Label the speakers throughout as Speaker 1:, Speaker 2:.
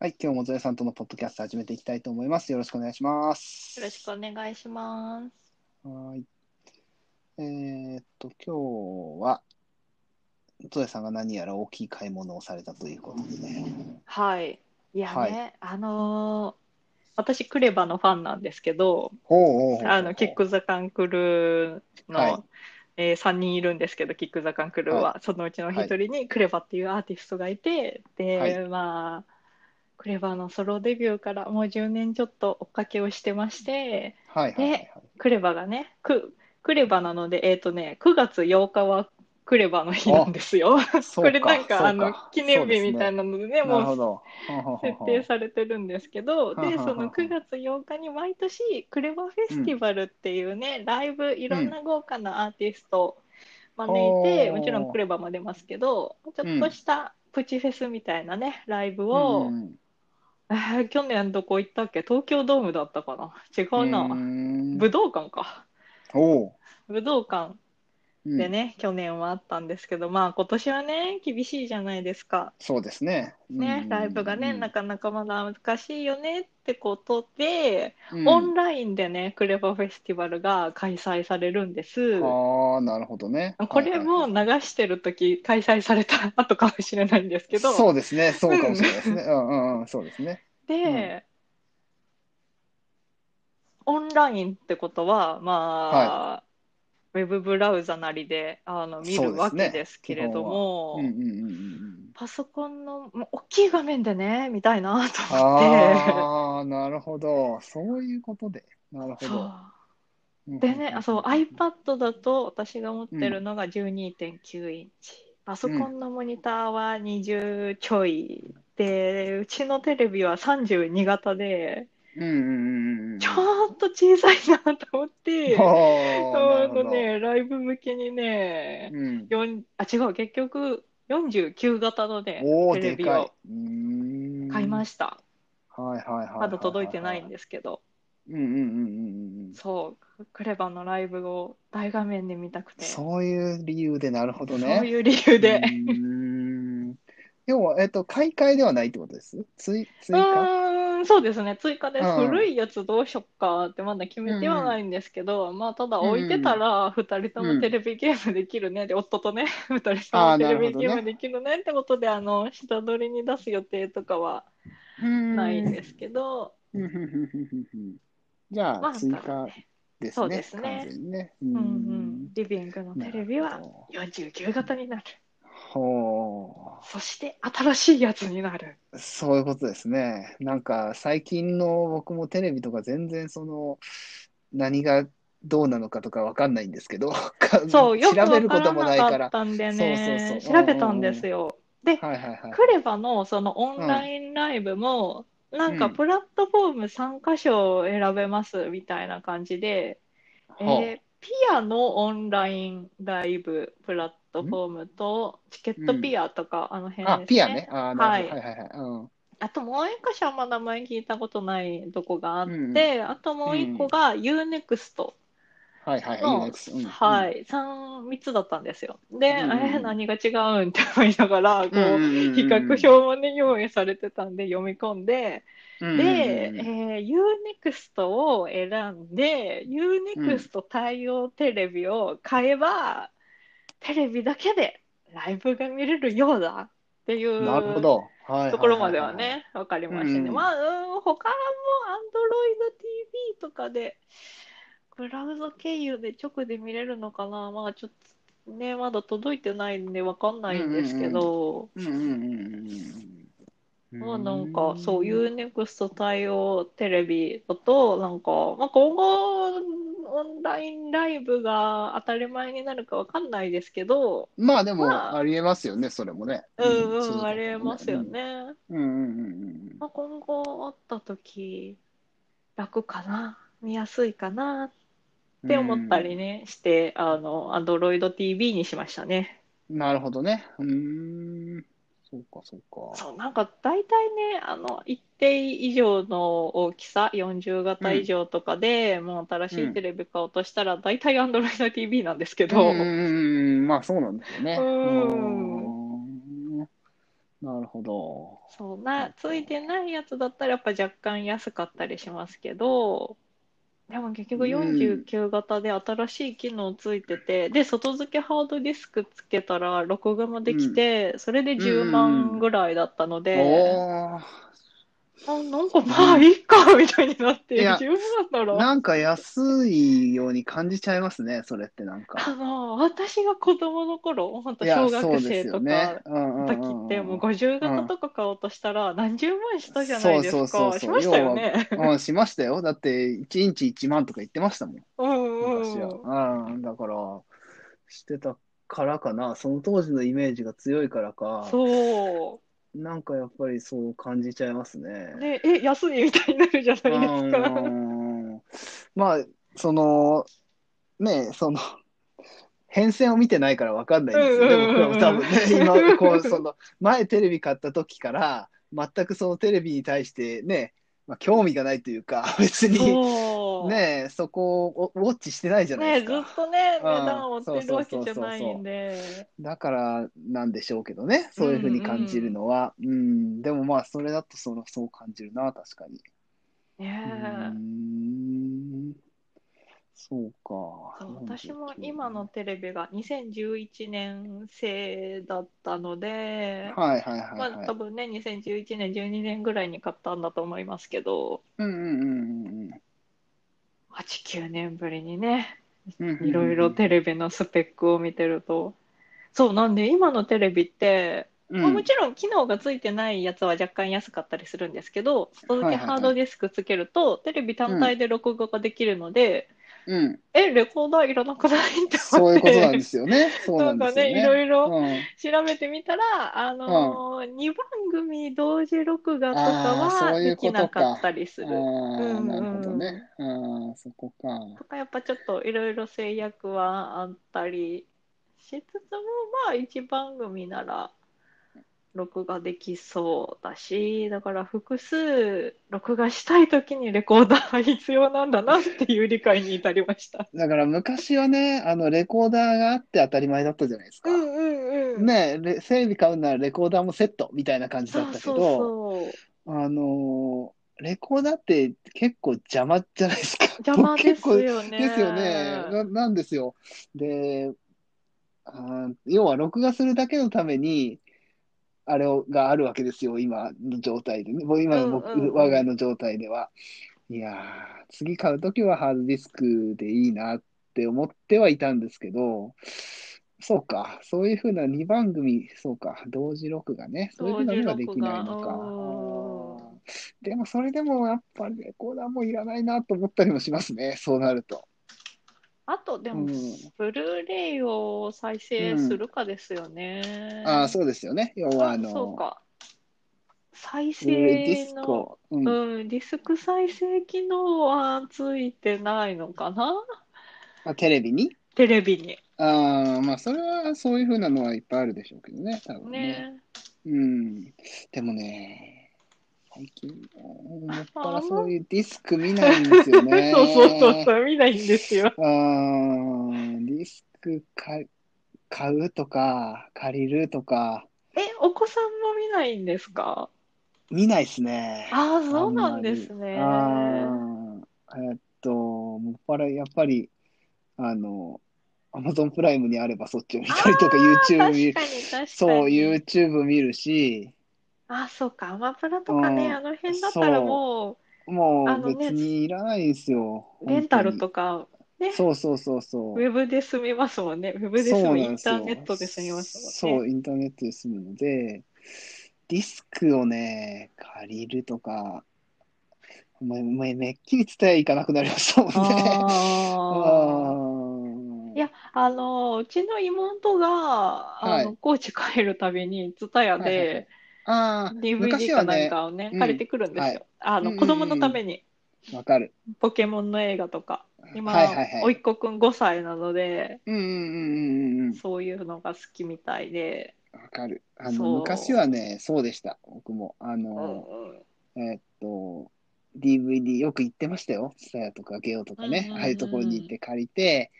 Speaker 1: はい、今日もゾエさんとのポッドキャスト始めていきたいと思います。よろしくお願いします。
Speaker 2: よろしくお願いします。
Speaker 1: はい。えーっと、今日は、ゾエさんが何やら大きい買い物をされたということでね。
Speaker 2: はい。いやね、
Speaker 1: は
Speaker 2: あのー私、クレバのファンなんですけど、
Speaker 1: ほうほうほうほう
Speaker 2: あの、キック・ザ・カンクルーの、
Speaker 1: はい
Speaker 2: え3人いるんですけど、キック・ザ・カンクルーは、そのうちの1人にクレバっていうアーティストがいて、で、
Speaker 1: はい
Speaker 2: まあ、クレバのソロデビューからもう10年ちょっと追っかけをしてまして、
Speaker 1: はいはいはいはい。
Speaker 2: クレバがね、くクレバなので、えっ、とね、9月8日はクレバの日なんですよ。
Speaker 1: そ
Speaker 2: こ
Speaker 1: う
Speaker 2: れなんか
Speaker 1: そう
Speaker 2: あの記念日みたい
Speaker 1: な。
Speaker 2: なのでね
Speaker 1: なるほ
Speaker 2: もう
Speaker 1: ど。
Speaker 2: 設定されてるんですけど
Speaker 1: はあはあ
Speaker 2: で
Speaker 1: はあ
Speaker 2: その9月8日に毎年クレバフェスティバルっていうね、ライブいろんな豪華なアーティストを招いて、
Speaker 1: うん
Speaker 2: もちろんクレバも出ますけどちょっとしたプチフェスみたいなねライブを、
Speaker 1: うん
Speaker 2: えー 去年どこ行ったっけ東京ドームだったかな違うな、
Speaker 1: うん
Speaker 2: 武道館か
Speaker 1: おう
Speaker 2: 武道館
Speaker 1: うん
Speaker 2: でね、去年はあったんですけどまあ今年はね厳しいじゃないですか。
Speaker 1: そうですね。
Speaker 2: ね、ライブがね、なかなかまだ難しいよねってことで、オン
Speaker 1: ラ
Speaker 2: ラインでね、クレバフェスティバルが開催されるんです。
Speaker 1: ああ、なるほどね。
Speaker 2: これも
Speaker 1: はいはいはい
Speaker 2: 流してる時開催された後かもしれないんですけど、
Speaker 1: そうですね、そうかもしれないですね。うんうんうん、そうですね。
Speaker 2: で、オンラインってことは、まあ、ウェブブラウザなりであの見
Speaker 1: そう
Speaker 2: る
Speaker 1: で
Speaker 2: わ
Speaker 1: す
Speaker 2: け
Speaker 1: ね
Speaker 2: ですけれども
Speaker 1: う、んうんうんうん。
Speaker 2: パソコンのもう大きい画面でね、見たいなと思って。
Speaker 1: ああ、なるほど。そういうことで。なるほ
Speaker 2: そう
Speaker 1: ど。うんうん
Speaker 2: でね、あそう、iPad だと私が持って
Speaker 1: う
Speaker 2: るのが12.9インチ、パソコンのモニターは20ちょい、で、うちのテレビは32型で、
Speaker 1: うんうんうんうんうん。
Speaker 2: ちょっと小さいなと思っ て、
Speaker 1: あ
Speaker 2: あ
Speaker 1: ー
Speaker 2: の。ね、ライブ向けに
Speaker 1: な
Speaker 2: ね、
Speaker 1: るほどうん。
Speaker 2: 4あ、違う、結局49型のね、
Speaker 1: おお、
Speaker 2: テレ
Speaker 1: で
Speaker 2: ビ
Speaker 1: かい
Speaker 2: を。
Speaker 1: うーん。
Speaker 2: 買いま
Speaker 1: し
Speaker 2: した。
Speaker 1: た。はいはいはい。
Speaker 2: まだ届いてないん
Speaker 1: で。
Speaker 2: ですけど、
Speaker 1: うんうんうんうんうん。
Speaker 2: そう、クレバのライブを大画面で見たくて、
Speaker 1: そういう理由で、なるほどね。
Speaker 2: そういう理由
Speaker 1: う。
Speaker 2: で
Speaker 1: ーん。要は、えっと、買い替えではないってことです。追、追加。
Speaker 2: うーん、そうですね、追加です。
Speaker 1: うん
Speaker 2: 古いやつどうしよっかってまだ決めてはないんですけど、まあ、ただ置いてたら、2人ともテレビゲームできるね、で、夫とね、2人と
Speaker 1: あー
Speaker 2: も
Speaker 1: な
Speaker 2: テ
Speaker 1: る
Speaker 2: レ
Speaker 1: ほどね
Speaker 2: ビゲームできるねってことで、あの、下取りに出す予定とかはないんですけど、
Speaker 1: うんうんうんうんうんじゃ
Speaker 2: ま
Speaker 1: あ、
Speaker 2: あ、
Speaker 1: 追
Speaker 2: ただ
Speaker 1: 加
Speaker 2: ね
Speaker 1: です
Speaker 2: そう
Speaker 1: ね。
Speaker 2: ですね
Speaker 1: 完全にね。
Speaker 2: う
Speaker 1: うん
Speaker 2: うん、リビングのテレビ
Speaker 1: な
Speaker 2: は
Speaker 1: るほ
Speaker 2: 49型になる。
Speaker 1: どほ
Speaker 2: そして、新しいやつになる。
Speaker 1: う。そういうことですね。なんか、最近の僕もテレビとか全然その、何がどうなのかとかわかんないんですけど、
Speaker 2: そう、よく
Speaker 1: 調べ
Speaker 2: わ
Speaker 1: る
Speaker 2: か
Speaker 1: こと
Speaker 2: ら
Speaker 1: も
Speaker 2: な
Speaker 1: ないか
Speaker 2: かっ
Speaker 1: ら。
Speaker 2: たんで
Speaker 1: そう
Speaker 2: ね、
Speaker 1: そうそう
Speaker 2: 調べたんですよ。で、
Speaker 1: はいはいはい。
Speaker 2: クレバのそのオンラインライブも、なんか
Speaker 1: うん
Speaker 2: プラットフォーム3箇所を選べますみたいな感じで、
Speaker 1: ほ
Speaker 2: え
Speaker 1: う
Speaker 2: ーピアのオンラインライブプラットフォームと、チケットピアとか、あの辺
Speaker 1: あ、
Speaker 2: です
Speaker 1: ピア
Speaker 2: ね。
Speaker 1: ね。あー、なるほど。はは
Speaker 2: はい
Speaker 1: いはい。うん。
Speaker 2: あともう一箇所はまだ前聞いたことないとこがあって、
Speaker 1: うん
Speaker 2: あともう一個が UNEXT
Speaker 1: はいはいはい。いい
Speaker 2: の、
Speaker 1: ですうん
Speaker 2: は。い、三3つだったんですよ。で、
Speaker 1: うんうん
Speaker 2: えー何が違うんって思いながら、こう、比
Speaker 1: 比
Speaker 2: 較表もね、用意されてたんで読み込んで、で、
Speaker 1: うんうんうん
Speaker 2: えー、UNEXT を選んで、UNEXT 対応テレビを買えば、テレビだけでライブが見れるようだっていう
Speaker 1: なるほど。はいはいはいはい
Speaker 2: ところまではね、わかりましたね。
Speaker 1: うん
Speaker 2: まあ、うん、他も Android TV とかで、ブラウザ経由で直で見れるのかな、まあちょっとね、まだ届いてないんでわかんないんですけど、
Speaker 1: うんうんうんうん
Speaker 2: ま
Speaker 1: う
Speaker 2: あ
Speaker 1: ん。
Speaker 2: なんか、そういうう UNEXT 対応テレビだと、なんか、まあ今後、オンラインライブが当たり前になるかわかんないですけど、
Speaker 1: ん。まあで
Speaker 2: ま
Speaker 1: も、
Speaker 2: あ
Speaker 1: ありえますよね、それもね。
Speaker 2: うんう
Speaker 1: そだ
Speaker 2: ん、
Speaker 1: と思
Speaker 2: あ
Speaker 1: う
Speaker 2: りえますよ。ね。
Speaker 1: うんうんうんうん
Speaker 2: まあ、今後あった時楽かな見やすいかな
Speaker 1: うん。
Speaker 2: って思ったりね、してあの Android TV にしましたね
Speaker 1: うん。なるほどね。うーん。そうか、そうか。
Speaker 2: そうなんか大体ねあの一定以上の大きさ40型以上とかで、もう新しいテレビ買おうとしたら大体 Android TV なんですけど、
Speaker 1: うんうんうん。まあそうなんですよね。
Speaker 2: うん
Speaker 1: うーんなるほど。
Speaker 2: そうなついてないやつだったらやっぱ若干安かったりしますけどでも結局49型で新しい機能ついてて、で外付けハードディスクつけたら録画もできて、それで10万ぐらいだったので、
Speaker 1: お
Speaker 2: あなんかまあいいかみたいになって
Speaker 1: いや
Speaker 2: 10万な
Speaker 1: お。
Speaker 2: ら
Speaker 1: なんか安いように感じちゃいますね、それってなん
Speaker 2: あ
Speaker 1: か。
Speaker 2: の私が子供の頃本当
Speaker 1: いや
Speaker 2: 小
Speaker 1: そう
Speaker 2: 学
Speaker 1: で
Speaker 2: 生
Speaker 1: す
Speaker 2: と
Speaker 1: よね
Speaker 2: か。
Speaker 1: うんうんうん
Speaker 2: 時ってもう50型とか買おうとしたら何十万したじゃないです
Speaker 1: そうそ
Speaker 2: か
Speaker 1: う
Speaker 2: し
Speaker 1: そうそう
Speaker 2: ましたよね。
Speaker 1: うん、しましたよ。だって、1インチ1万とか言ってましたもん、
Speaker 2: うんうん
Speaker 1: 昔
Speaker 2: うん
Speaker 1: は。うん、だから、してたからかな、その当時のイメージが強いからか、
Speaker 2: そ
Speaker 1: なんかやっぱりそう感じちゃいますね
Speaker 2: う。ねえ安いみたいになるじゃないですか。
Speaker 1: うーんまあ、その、ねその、変遷を見てないから分かんないんですよ
Speaker 2: うん
Speaker 1: ね、
Speaker 2: うんうん
Speaker 1: 僕らも多分ね、今、こう、その、前テレビ買った時から、全くそのテレビに対してね、まあ、興味がないというか、別に、
Speaker 2: そう
Speaker 1: ねそこをウォッチしてないじゃないで
Speaker 2: ね
Speaker 1: す
Speaker 2: ず
Speaker 1: か。
Speaker 2: っとね値
Speaker 1: うん
Speaker 2: 段を追ってるわけじゃないんで。
Speaker 1: だからなんでしょうけどね、そういうふうに感じるのは。うん、でもまあ、それだとその、そう感じるな、確かに。うー
Speaker 2: ね
Speaker 1: んそうか。
Speaker 2: そう
Speaker 1: 49
Speaker 2: 私も今の。テレビが2011年製だったので、
Speaker 1: はいはいはい、
Speaker 2: ま
Speaker 1: は
Speaker 2: あ
Speaker 1: い。
Speaker 2: 多分ね2011年12年ぐらいに買ったんだと思いますけど
Speaker 1: うんうんうんうん
Speaker 2: 89年ぶりにね
Speaker 1: うんうんうん。
Speaker 2: いろいろテレビのスペックを見てると。そうなんで今のテレビって
Speaker 1: うん、
Speaker 2: まあ、もちろん機能がついてないやつは若干安かったりするんですけど外付けハードディスクつけると、テレビ単体で録画ができるので、
Speaker 1: うん。
Speaker 2: えレコーダーいらなくないって
Speaker 1: そ
Speaker 2: 思
Speaker 1: う
Speaker 2: っ
Speaker 1: い
Speaker 2: て
Speaker 1: うことなんですよね。そう
Speaker 2: な
Speaker 1: なんん
Speaker 2: か
Speaker 1: ですよ
Speaker 2: ね
Speaker 1: ね。
Speaker 2: いろいろ
Speaker 1: うん
Speaker 2: 調べてみたら、あのー2番組同時録画とか
Speaker 1: あーそ
Speaker 2: は
Speaker 1: うい
Speaker 2: で
Speaker 1: うこ
Speaker 2: き
Speaker 1: とか
Speaker 2: なかったりする。
Speaker 1: あ
Speaker 2: うんう
Speaker 1: あ、
Speaker 2: ん
Speaker 1: なるほどね。ああ、そこか。
Speaker 2: とかやっぱちょっといろいろ制約はあったりしつつもまあ一番組なら録画できそうだしだから複数録画したい時にレコーダーが必要なんだなっていう理解に至りました。
Speaker 1: だから昔はね、あの、レコーダーがあって当たり前だったじゃないですか。
Speaker 2: うん
Speaker 1: ねえレテレビ買うならレコーダーもセットみたいな感じだ
Speaker 2: そ
Speaker 1: った
Speaker 2: う
Speaker 1: けど。
Speaker 2: そうそう
Speaker 1: あのーレコーダーって結構邪魔じゃないですか。
Speaker 2: 邪魔です
Speaker 1: 僕結
Speaker 2: よ
Speaker 1: 構
Speaker 2: ね。
Speaker 1: ですよね。な、なんですよ。で、あー要は録画するだけのために、あれをがあるわけですよ、今の状態でね。もう今の僕、
Speaker 2: うんうんうん
Speaker 1: 我が家の状態では。いやー、次買うときはハードディスクでいいなって思ってはいたんですけど、そうか、そういうふうな2番組、そうか、同時録画ね、そういうふうなのができないのか。
Speaker 2: 同時録画
Speaker 1: あーでも、それでもやっぱりレコーダーもいらないなと思ったりもしますね、そうなると。
Speaker 2: あとで
Speaker 1: う
Speaker 2: も、
Speaker 1: ん
Speaker 2: ブルーレイを再生するかですよね。
Speaker 1: ああ、そうですよね。要は、あ
Speaker 2: あそう
Speaker 1: の、
Speaker 2: か。再
Speaker 1: ブルーレイディ
Speaker 2: 生
Speaker 1: ス
Speaker 2: の、
Speaker 1: コ、うん、
Speaker 2: うん、ディスク再生機能はついてないのかな
Speaker 1: あテレビに。
Speaker 2: テレビに。
Speaker 1: ああ、まあ、それはそういうふうなのはいっぱいあるでしょうけどね、多分ね。
Speaker 2: ね。
Speaker 1: うん。でもね、最近、もっぱ
Speaker 2: あ
Speaker 1: ら
Speaker 2: んま
Speaker 1: そういうディスク見ないんですよね。
Speaker 2: そうそうそうそう、見ないんですよ。
Speaker 1: うーん、ディスクか買うとか、借りるとか、
Speaker 2: え、お子さんも見ないんですか
Speaker 1: 見ないっすね。
Speaker 2: ああ、そうなんですね。
Speaker 1: あんまりあーえっと、もっぱらやっぱり、あの、アマゾンプライムにあればそっちを見たりとか、
Speaker 2: 確か
Speaker 1: YouTube 見
Speaker 2: に
Speaker 1: る、
Speaker 2: 確かに。
Speaker 1: そう、YouTube 見るし、
Speaker 2: あ、そうか、アマプラとか
Speaker 1: うん
Speaker 2: ね、あの辺だったらも
Speaker 1: も
Speaker 2: あ
Speaker 1: う
Speaker 2: のね
Speaker 1: 別にいらないんですよ。
Speaker 2: う、レンタル
Speaker 1: 本
Speaker 2: とか、
Speaker 1: 当に。そうそうそうそう
Speaker 2: ウ。ェブで済みますもんね。ウェブで済
Speaker 1: そう
Speaker 2: む、
Speaker 1: なん
Speaker 2: イン
Speaker 1: です
Speaker 2: タ
Speaker 1: よ。
Speaker 2: ーネットで済みますもん
Speaker 1: そ
Speaker 2: ね。
Speaker 1: う、インターネットで済むので、ディスクをね、借りるとか、もうもうめっきり伝えいかなくなりましたもん ね。
Speaker 2: ああ。いや、 あの、うちの妹が、あ
Speaker 1: はい
Speaker 2: の、高知帰るたびに、ツタヤ
Speaker 1: はいはいは
Speaker 2: で
Speaker 1: い、ああ
Speaker 2: DVD
Speaker 1: 昔
Speaker 2: か
Speaker 1: は
Speaker 2: なん
Speaker 1: ね
Speaker 2: かをね、
Speaker 1: うん
Speaker 2: 借りてくるんですよ。
Speaker 1: うん
Speaker 2: あ
Speaker 1: うん
Speaker 2: の、
Speaker 1: うん
Speaker 2: 子供のために、
Speaker 1: ー、わかる。
Speaker 2: ポケモンの映画とか。今、
Speaker 1: はいはいはい
Speaker 2: 甥っ子くん5歳なので、
Speaker 1: うんうんうんうん
Speaker 2: そういうのが好きみたいで。
Speaker 1: うん。わかる。あ
Speaker 2: そ
Speaker 1: の、
Speaker 2: う
Speaker 1: 昔はね、そうでした。僕も。あ
Speaker 2: う
Speaker 1: の、
Speaker 2: んうん。
Speaker 1: えーっと、DVD よく行ってましたよ。ツタヤとかゲオとか
Speaker 2: うんうん
Speaker 1: ね
Speaker 2: う。ん
Speaker 1: ああいうところに行って借りて、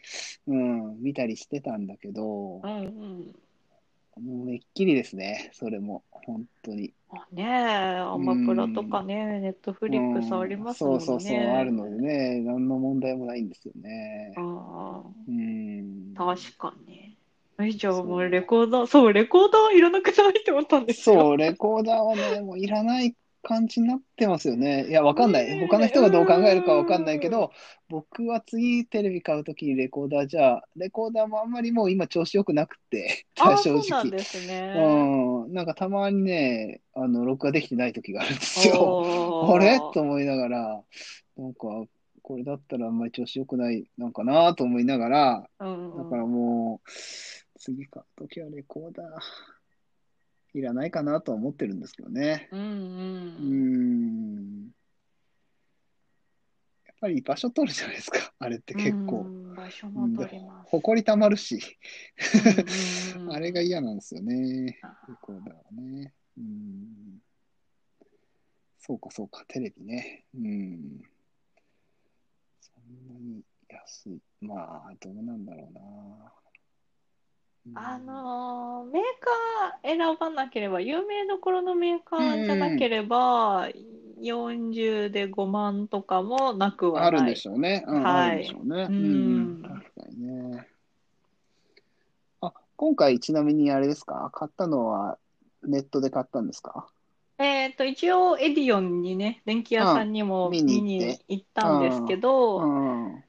Speaker 1: うん、見たりしてたんだけど、
Speaker 2: うんうん。
Speaker 1: もうめっきりですね、それも。本当に。
Speaker 2: まあねえ、アマプラとかね、ネットフリックスありますもんね。
Speaker 1: そうそうそう、あるのでね、何の問題もないんですよね。
Speaker 2: あ
Speaker 1: うん。
Speaker 2: あ、確かに。え、じゃあも
Speaker 1: そう
Speaker 2: うレコーダー、そう、レコーダーいらなくないって思ったんですよ。
Speaker 1: そう、レコーダーはね、もういらない感じになってますよね。いや、わかんない。
Speaker 2: ねえ
Speaker 1: 他の人がどう考えるかわかんないけど、僕は次テレビ買うときにレコーダーじゃ、レコーダーもあんまりもう今調子良くなくて、
Speaker 2: ああ、
Speaker 1: 正
Speaker 2: そうなん
Speaker 1: 直。
Speaker 2: ですね。
Speaker 1: うん、なんかたまにね、あの、録画できてないときがあるんですよ。
Speaker 2: お
Speaker 1: あれ
Speaker 2: ー
Speaker 1: と思いながら、なんか、これだったらあんまり調子良くないのかなと思いながら、
Speaker 2: うん
Speaker 1: だからもう、次買うときはレコーダーいらないかなとは思ってるんですけどね。
Speaker 2: うん
Speaker 1: うー
Speaker 2: うん。
Speaker 1: ん。やっぱり場所取るじゃないですか、あれって結
Speaker 2: う
Speaker 1: 構。
Speaker 2: ん場所
Speaker 1: うん
Speaker 2: も
Speaker 1: で
Speaker 2: 取ります。
Speaker 1: 埃たまるし、
Speaker 2: うんうんうん
Speaker 1: あれが嫌なんですよね。
Speaker 2: あ
Speaker 1: レコーダーはね。うん。そうか、そうか、テレビね。うん。そんなに安い。まあ、どうなんだろうな。うん
Speaker 2: あのーメーカー選ばなければ、有名どころのメーカーじゃなければ、40で5万とかもなくは
Speaker 1: あるん
Speaker 2: な
Speaker 1: で
Speaker 2: い。
Speaker 1: しょうね。うん
Speaker 2: はい
Speaker 1: あるんでしょうね。
Speaker 2: うん
Speaker 1: うん確かにね。あ、今回ちなみにあれですか買ったのはネットで買ったんですか
Speaker 2: えっと、一応、エディオンにね、電気屋さんに
Speaker 1: う
Speaker 2: も
Speaker 1: ん
Speaker 2: 見
Speaker 1: 見に行っ
Speaker 2: に
Speaker 1: て
Speaker 2: 行ったんですけ
Speaker 1: う
Speaker 2: ど、
Speaker 1: ん。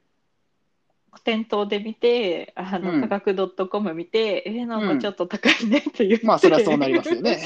Speaker 2: 店頭で見て、あ
Speaker 1: う
Speaker 2: の、
Speaker 1: ん
Speaker 2: 価格 .com 見て、えー、なん
Speaker 1: う
Speaker 2: か
Speaker 1: ん
Speaker 2: ちょっと高いねって言って。
Speaker 1: ま あ、それはそうなりますよね。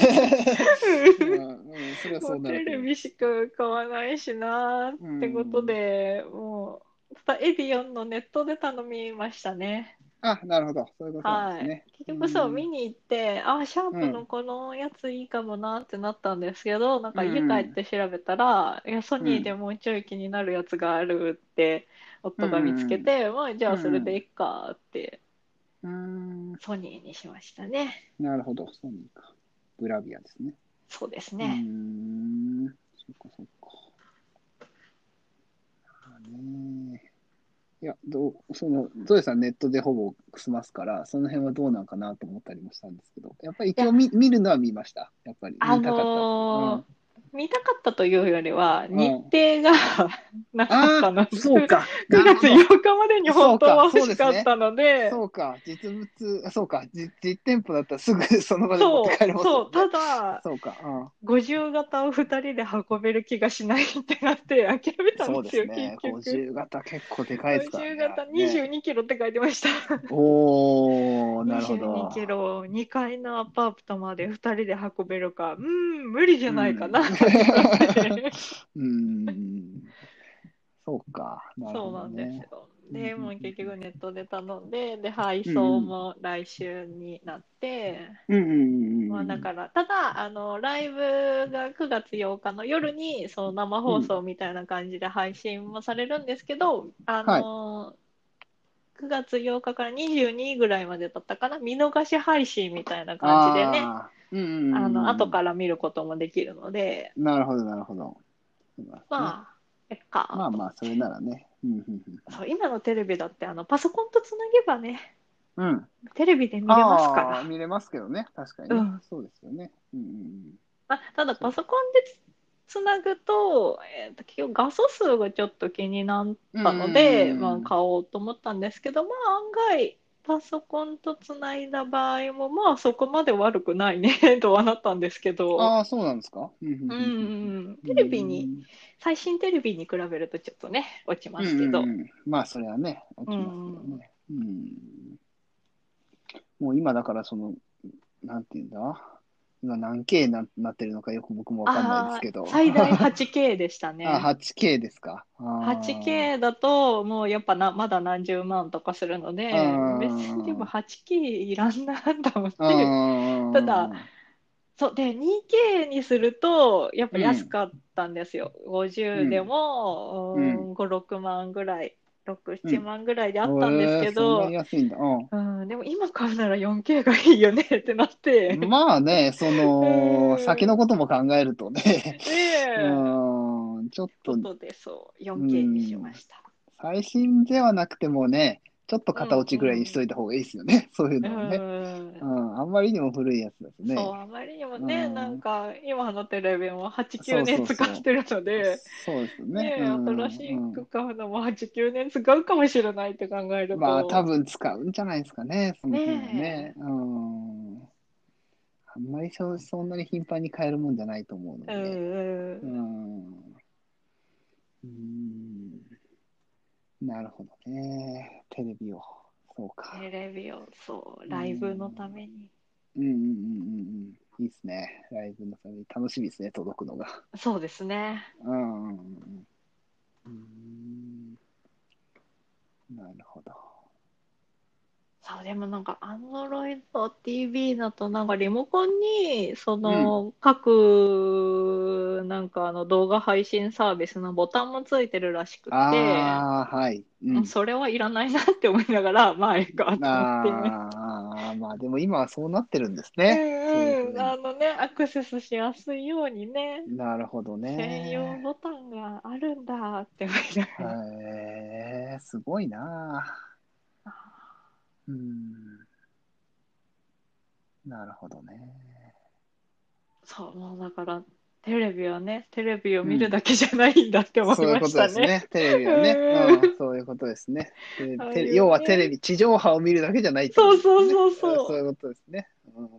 Speaker 2: う
Speaker 1: うんん、うん、それは
Speaker 2: も
Speaker 1: そう
Speaker 2: う
Speaker 1: な
Speaker 2: テ
Speaker 1: ると
Speaker 2: レ
Speaker 1: 思う。
Speaker 2: ビしか買わないしなーってことで、もう、ただエディオンのネットで頼みましたね。
Speaker 1: あ、なるほど。そういうことなんですね。
Speaker 2: 結局そう、
Speaker 1: ん
Speaker 2: 見に行って、あ、シャープのこのやついいかもなってなったんですけど、なんか家帰って調べたら、いや、ソニーでもうちょい気になるやつがあるって、夫が見つけて、まあ、じゃあそれでいいかって、
Speaker 1: うん、
Speaker 2: ソニーにしましたね。
Speaker 1: なるほど。そうか。ブラビアですね。
Speaker 2: そうです
Speaker 1: うー
Speaker 2: ね。
Speaker 1: ん、そっかそっか。まあねいや、どう、その、ゾエさんネットでほぼ済ますから、その辺はどうなんかなと思ったりもしたんですけど、やっぱり一応見、見るのは見ました。やっぱり。
Speaker 2: あ
Speaker 1: 見たかった。
Speaker 2: の
Speaker 1: う
Speaker 2: ー
Speaker 1: ん
Speaker 2: 見たかったというよりは、
Speaker 1: うん
Speaker 2: 日程がなかったの
Speaker 1: ああ、
Speaker 2: で、
Speaker 1: そうか。
Speaker 2: 9月
Speaker 1: なるほ
Speaker 2: 8日までに本当は欲しかったの
Speaker 1: ど
Speaker 2: で、
Speaker 1: そうか。実物、そうか。じ実店舗だったらすぐ その場で持っ
Speaker 2: そ
Speaker 1: て帰れます
Speaker 2: う、そ
Speaker 1: よ
Speaker 2: う、
Speaker 1: ね
Speaker 2: ただ、
Speaker 1: そうか。うん。
Speaker 2: 50型を2人で運べる気がしないってなって、諦めた
Speaker 1: そ
Speaker 2: ん
Speaker 1: う
Speaker 2: で
Speaker 1: ですす
Speaker 2: よ、
Speaker 1: ね。
Speaker 2: 結局。
Speaker 1: 50型結構でかいですからね。
Speaker 2: 50型
Speaker 1: ね
Speaker 2: 22キロって書いてました。
Speaker 1: おお、なるほど。
Speaker 2: 22キロ、2階のアパートまで2人で運べるか、うーん、無理じゃないか な
Speaker 1: うん
Speaker 2: ってなって。
Speaker 1: うん。そうか。なる
Speaker 2: そう
Speaker 1: ほ
Speaker 2: な
Speaker 1: ど
Speaker 2: んです
Speaker 1: ね。
Speaker 2: よ。
Speaker 1: うんうん
Speaker 2: で、
Speaker 1: うん
Speaker 2: もう結局ネットで頼んで、で、配送も来週になって、
Speaker 1: うんうんうん。
Speaker 2: まあだから、ただ、あの、ライブが9月8日の夜に、そう、生放送みたいな感じで配信もされるんですけど、あの、9月8日から22ぐらいまでだったかな、見逃し配信みたいな感じでね、
Speaker 1: あーうんうんうん。
Speaker 2: あの、後から見ることもできるので、
Speaker 1: なるほど、なるほど。
Speaker 2: まあ、えっか
Speaker 1: あ、まあまあ、それならね。うんうん
Speaker 2: そう、今のテレビだって、あの、パソコンとつなげばね、
Speaker 1: うん。うん。
Speaker 2: テレビで見れますか
Speaker 1: あー
Speaker 2: ら。
Speaker 1: 見れますけどね。確かにね。
Speaker 2: うん
Speaker 1: そうですよね。うんうん
Speaker 2: あ、ただパソコンでつなぐと、えーと、結局画素数がちょっと気になったの
Speaker 1: うん
Speaker 2: で、
Speaker 1: うんうん
Speaker 2: まあ、買おうと思ったんですけど、まあ、案外、パソコンとつないだ場合も、まあ、そこまで悪くないねとはなったんですけ
Speaker 1: うん。
Speaker 2: ど、
Speaker 1: ああ、そうなんですか。うんうん
Speaker 2: う
Speaker 1: うんんうん。
Speaker 2: うん、テレビに、最新テレビに比べるとちょっとね、落ちますけど
Speaker 1: うんう、んうんまあそれはね起きますけどね、うんもう今だからそのなんていうんだ今何 K ななってるのかよく僕もわかんないですけど
Speaker 2: あー最大 8K でしたね。
Speaker 1: あ 8K ですかあー
Speaker 2: 8K だともうやっぱなまだ何十万とかするので
Speaker 1: うん
Speaker 2: 別にでも 8K いらんなと思
Speaker 1: う
Speaker 2: って
Speaker 1: んうん
Speaker 2: ただそうで 2K にするとやっぱ安かったんですよ、50でも、
Speaker 1: うん
Speaker 2: 56万ぐらい
Speaker 1: う
Speaker 2: 67
Speaker 1: ん
Speaker 2: 万ぐらいであったんですけど、
Speaker 1: えーそんなに安いんだ、う
Speaker 2: うん、でも今買うなら 4K がいいよねってなって、
Speaker 1: ん、まあねその
Speaker 2: うん
Speaker 1: 先のことも考えるとね
Speaker 2: ねえ
Speaker 1: うんちょっ
Speaker 2: と
Speaker 1: と
Speaker 2: いうことでそう 4K にしました。
Speaker 1: 最新ではなくてもね、ちょっと片落ちぐらいにしといた方がいいですよね。そういう
Speaker 2: う
Speaker 1: のはね。
Speaker 2: ん
Speaker 1: うん。あんまりにも古いやつだとね。
Speaker 2: そう、あまりにもね、
Speaker 1: うん
Speaker 2: なんか、今のテレビも8、
Speaker 1: そうそう
Speaker 2: 9
Speaker 1: そう
Speaker 2: 年使ってるので、
Speaker 1: そうですよね
Speaker 2: ね。
Speaker 1: うん
Speaker 2: 新しく買うのも8、9年使うかもしれないって考え
Speaker 1: う
Speaker 2: る
Speaker 1: ん
Speaker 2: と。
Speaker 1: まあ、多分使うんじゃないですかね。その辺はね
Speaker 2: ね。
Speaker 1: うん。あんまりそそんなに頻繁に変えるもんじゃないと思うの
Speaker 2: う
Speaker 1: でね。う
Speaker 2: んうん。
Speaker 1: んうーんなるほどね。テレビを。そうか。
Speaker 2: テレビを、そう、ライブのために。
Speaker 1: うんうんうんうんうん。いいですね。ライブのために楽しみですね、届くのが。
Speaker 2: そうですね。
Speaker 1: うんうんうんうん。うーんなるほど。
Speaker 2: そう、でもなんか、Android TV だと、なんかリモコンに、その、各、なんかあの動画配信サービスのボタンもついてるらしくて、
Speaker 1: ああ、はい。うん。
Speaker 2: それはいらないなって思いながら、 まあ、ええかと思ってね。
Speaker 1: ああ、まあでも今はそうなってるんです
Speaker 2: う
Speaker 1: ね。
Speaker 2: んうん、あのね、アクセスしやすいようにね、
Speaker 1: なるほど
Speaker 2: 専用
Speaker 1: ね。
Speaker 2: ボタンがあるんだって思いながら。
Speaker 1: へえ、すごいなあ。うーんなるほどね。
Speaker 2: そう、もうだから、テレビはね、テレビを見るだけじゃないんだって思い
Speaker 1: そういう
Speaker 2: ま
Speaker 1: こ
Speaker 2: し
Speaker 1: と
Speaker 2: た
Speaker 1: です
Speaker 2: ね。
Speaker 1: ね。テレビはね。
Speaker 2: うん
Speaker 1: うん、そういうことですね。テレビ
Speaker 2: ああいう
Speaker 1: テレ
Speaker 2: ね
Speaker 1: 要はテレビ、地上波を見るだけじゃないってこと
Speaker 2: そ
Speaker 1: です
Speaker 2: う
Speaker 1: ね
Speaker 2: そうそうそう。
Speaker 1: そういうことですね。うん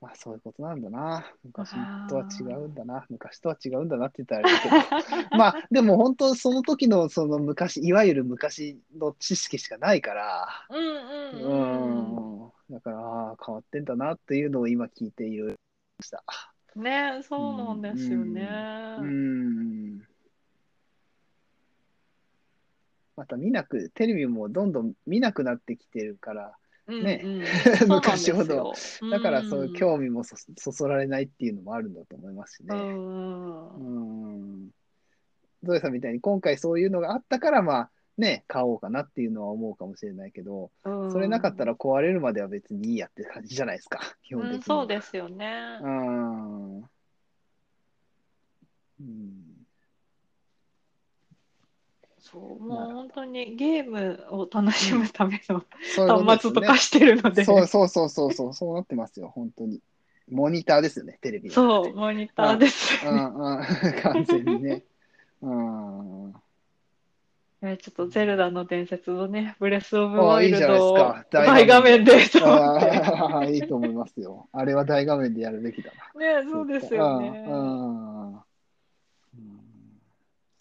Speaker 1: まあそういうことなんだな。昔とは違うんだな。昔とは違うんだなって言ったらあれだけど。ま あでも本当その時のその昔、いわゆる昔の知識しかないから。
Speaker 2: うん
Speaker 1: う。
Speaker 2: うんうん
Speaker 1: だから、ああ変わってんだなっていうのを今聞いている。
Speaker 2: ん。ね、そうなんですよね。
Speaker 1: うん。また見なく、テレビもどんどん見なくなってきてるから、
Speaker 2: うん
Speaker 1: ね
Speaker 2: うんそうなんです
Speaker 1: 昔
Speaker 2: よ
Speaker 1: ほど
Speaker 2: うん
Speaker 1: だからそういう興味もそそそられないっていうのもあるんだと思いますし
Speaker 2: う
Speaker 1: ね。
Speaker 2: んうん
Speaker 1: うん。ゾエさんみたいに今回そういうのがあったから、まあね、買おうかなっていうのは思うかもしれないけど、
Speaker 2: うん
Speaker 1: それなかったら壊れるまでは別にいいやって感じじゃないですか、基本的には。
Speaker 2: うん、そうですよね。
Speaker 1: うん。うん。
Speaker 2: そう、
Speaker 1: なるほ
Speaker 2: もう
Speaker 1: ど
Speaker 2: 本当にゲームを楽しむための
Speaker 1: そういうこと
Speaker 2: 端
Speaker 1: です
Speaker 2: 末と
Speaker 1: ね。
Speaker 2: かしてるので、
Speaker 1: そうそうそうそうそう、そうなってますよ、本当に。モニターですよね、テレビは。
Speaker 2: そう、モニターで
Speaker 1: う
Speaker 2: すよね。
Speaker 1: んうん、 完全にね。うん。
Speaker 2: えちょっとゼルダの伝説のね、ブレスオブ
Speaker 1: あ
Speaker 2: ワ
Speaker 1: い
Speaker 2: イ
Speaker 1: いじ
Speaker 2: ル
Speaker 1: ゃないです
Speaker 2: ドを
Speaker 1: か大
Speaker 2: 大
Speaker 1: 画
Speaker 2: 画
Speaker 1: 面
Speaker 2: 面で、そう
Speaker 1: ああ、 いいと思いますよ。あれは大画面でやるべきだな。
Speaker 2: ね、そうですよね。
Speaker 1: うん。うんうん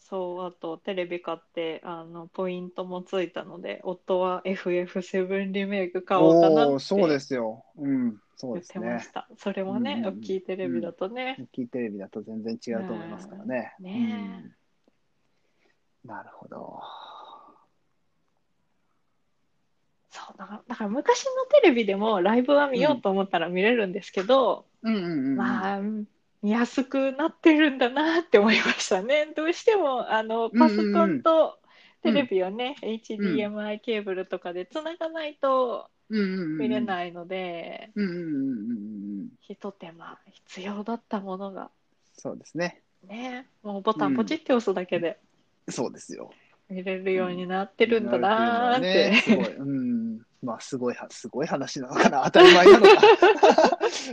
Speaker 2: そう、あとテレビ買って、あの、ポイントもついたので、夫は FF7 リメイク買おうかな
Speaker 1: おー
Speaker 2: って
Speaker 1: そうですよ。うん、そう
Speaker 2: 言
Speaker 1: で
Speaker 2: っ
Speaker 1: す
Speaker 2: てま
Speaker 1: ね
Speaker 2: し。た。それもね
Speaker 1: うん、
Speaker 2: 大きいテレビだとね。
Speaker 1: 大きいテレビだと全然違うと思いますからね。
Speaker 2: うんね
Speaker 1: うんなるほど。
Speaker 2: そう、だから、だから昔のテレビでもライブは見ようと思ったら見れるんですけど、
Speaker 1: うんうんうんうん。
Speaker 2: まあ、見やすくなってるんだなって思いましたね。どうしても、あの、パソコンとテレビをね、HDMI ケーブルとかでつながないと見
Speaker 1: 見
Speaker 2: れ
Speaker 1: い。
Speaker 2: ないので、
Speaker 1: うんうんうんうんうん。
Speaker 2: ひと手間必要だったものが、
Speaker 1: そうですね。
Speaker 2: ね、もうボタンポチって押すだけで
Speaker 1: そうですよ。
Speaker 2: 見れるようになってるんだなー
Speaker 1: な
Speaker 2: っ
Speaker 1: る
Speaker 2: て。
Speaker 1: っていうのはねすごい。うん。まあ、すごいは、すごい話なの かな。当たり前なのか。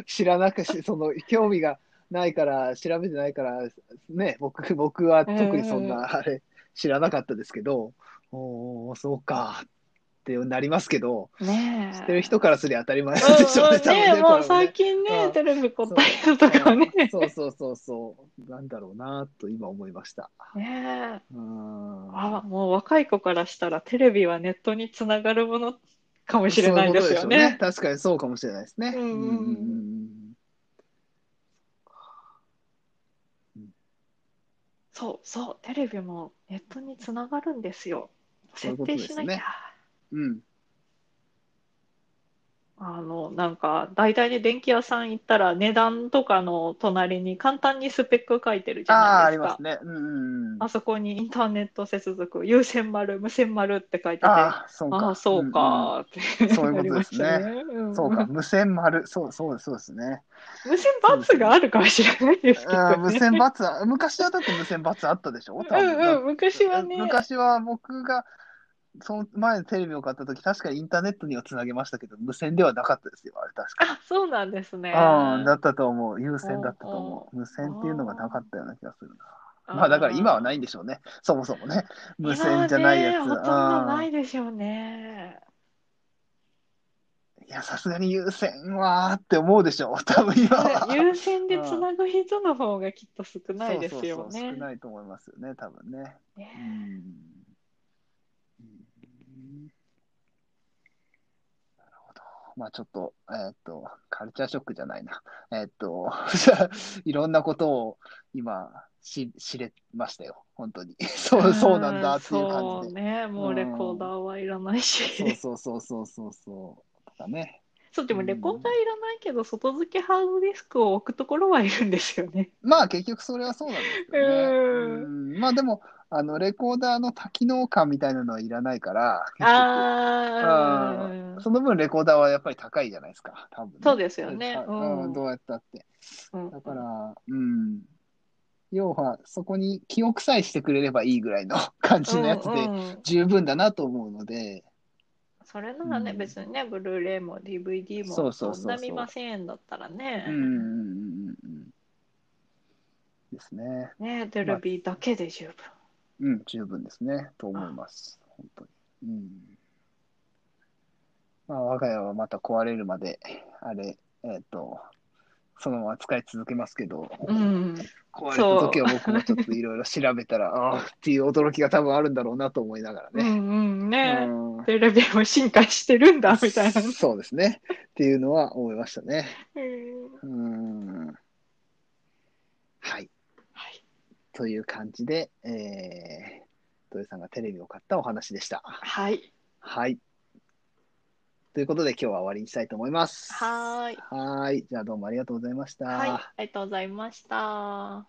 Speaker 1: 知らなくし、その、興味がないから、調べてないから、ね、僕、僕は特にそん
Speaker 2: うん
Speaker 1: な、あれ、知らなかったですけど、おー、そうか、ってなりますけど、
Speaker 2: ね
Speaker 1: 知ってる人
Speaker 2: か
Speaker 1: からすりゃ当たり前でしょうね、多分ね
Speaker 2: も
Speaker 1: こ
Speaker 2: う
Speaker 1: れ
Speaker 2: 最近
Speaker 1: う
Speaker 2: ね
Speaker 1: ん、
Speaker 2: テレビ個体だとかね。
Speaker 1: そうそうそうそう。なんだろうな、と今思いました。
Speaker 2: ね
Speaker 1: うん。
Speaker 2: あもう若い子からしたらテレビはネットにつながるものかもしれないです
Speaker 1: そ
Speaker 2: よね。
Speaker 1: ういうことでしょうね確かにそうかもしれないですね。
Speaker 2: うんうんうん
Speaker 1: うんうん
Speaker 2: そうそうテレビもネットにつながるんですよ。
Speaker 1: そういう
Speaker 2: 設
Speaker 1: こと
Speaker 2: 定
Speaker 1: ですね
Speaker 2: しなきゃ。
Speaker 1: うんうん
Speaker 2: あのなんか大体ね電気屋さん行ったら値段とかの隣に簡単にスペック書いてるじ
Speaker 1: あ
Speaker 2: ゃ
Speaker 1: あ、
Speaker 2: な
Speaker 1: あ
Speaker 2: い
Speaker 1: り
Speaker 2: ですか。
Speaker 1: ますね。うんうんうん。
Speaker 2: あそこにインターネット接続有線丸無線丸って書いてて。あ
Speaker 1: ああ、そうか。
Speaker 2: あそうかーって、
Speaker 1: そういうことですね
Speaker 2: なりましたねう
Speaker 1: うん
Speaker 2: ん
Speaker 1: うん。そうか、無線丸。そうそうそうです ね。
Speaker 2: 無線バツがあるかもしれないですけど
Speaker 1: う
Speaker 2: ね。
Speaker 1: ん無線バツは、昔はだって無線バツあったでしょ多分
Speaker 2: うんうん、昔はね、
Speaker 1: 昔は僕がその前テレビを買った時、確かにインターネットにはつなげましたけど、無線ではなかったですよ、あれ確か。
Speaker 2: あ、そうなんですね。
Speaker 1: ああ、だったと思う。優先だったと思う。無線っていうのがなかったような気がするな。まあだから今はないんでしょうね。そもそもね。無線じゃないやつ。
Speaker 2: 今はねほとんどな
Speaker 1: うん
Speaker 2: いでしょうね。
Speaker 1: いや、さすがに優先はって思うでしょう。 多分今は。
Speaker 2: 優先でつなぐ人の方がきっと少ないです
Speaker 1: そう
Speaker 2: よ
Speaker 1: そうそう
Speaker 2: ね
Speaker 1: 少。ないと思いますよね、多分ね。う
Speaker 2: ね
Speaker 1: ん。うんなるほどまあちょっと、えーっと、カルチャーショックじゃないな。えーっと、 いろんなことを今し、知れましたよ。本当に。 そう、そうなんだっていう感
Speaker 2: そう
Speaker 1: じで。
Speaker 2: ね、もうレコーダーはいらない
Speaker 1: そう
Speaker 2: し。
Speaker 1: そうそうそうそうそう。とかね。
Speaker 2: そう、でもレコーダーいらないけど、外付けハードディスクを置くところはいるんですよ ね。
Speaker 1: まあ結局それはそうなんですけどね。
Speaker 2: う
Speaker 1: うんまあでも、あの、レコーダーの多機能感みたいなのはいらないから、結局
Speaker 2: あー
Speaker 1: その分レコーダーはやっぱり高いじゃないですか、多分ね、
Speaker 2: そうですよねうん
Speaker 1: うんどうやったって。
Speaker 2: うん
Speaker 1: だから、うん。要は、そこに記憶さえしてくれればいいぐらいの感じのやつ
Speaker 2: うん
Speaker 1: で
Speaker 2: うん
Speaker 1: 十分だなと思うので、
Speaker 2: それならね、
Speaker 1: うん
Speaker 2: 別にね、ブルーレイも DVD
Speaker 1: そう
Speaker 2: も
Speaker 1: そうそうそう
Speaker 2: そんな見ませんだったらね
Speaker 1: う、んうんうんうんうん。ですね。
Speaker 2: ね、テレビだけで十分。
Speaker 1: うん、十分ですね、と思います。本当に。うん。まあ、我が家はまた壊れるまで、あれ、えっ、と、そのまま使い続けますけど、
Speaker 2: うん、
Speaker 1: 壊れた時は僕もちょっといろいろ調べたら、ああっていう驚きが多分あるんだろうなと思いながら
Speaker 2: う
Speaker 1: ね。
Speaker 2: んうんね、
Speaker 1: うん
Speaker 2: テレビも進化してるんだみたいな。
Speaker 1: そうですね。っていうのは思いましたね。
Speaker 2: うん
Speaker 1: うん。はい。
Speaker 2: はい
Speaker 1: という感じで、えー、土井さんがテレビを買ったお話でした。
Speaker 2: はい。
Speaker 1: はい。ということで今日は終わりにしたいと思います。
Speaker 2: はーい。
Speaker 1: はーい。じゃあどうもありがとうございました。
Speaker 2: はい。ありがとうございました。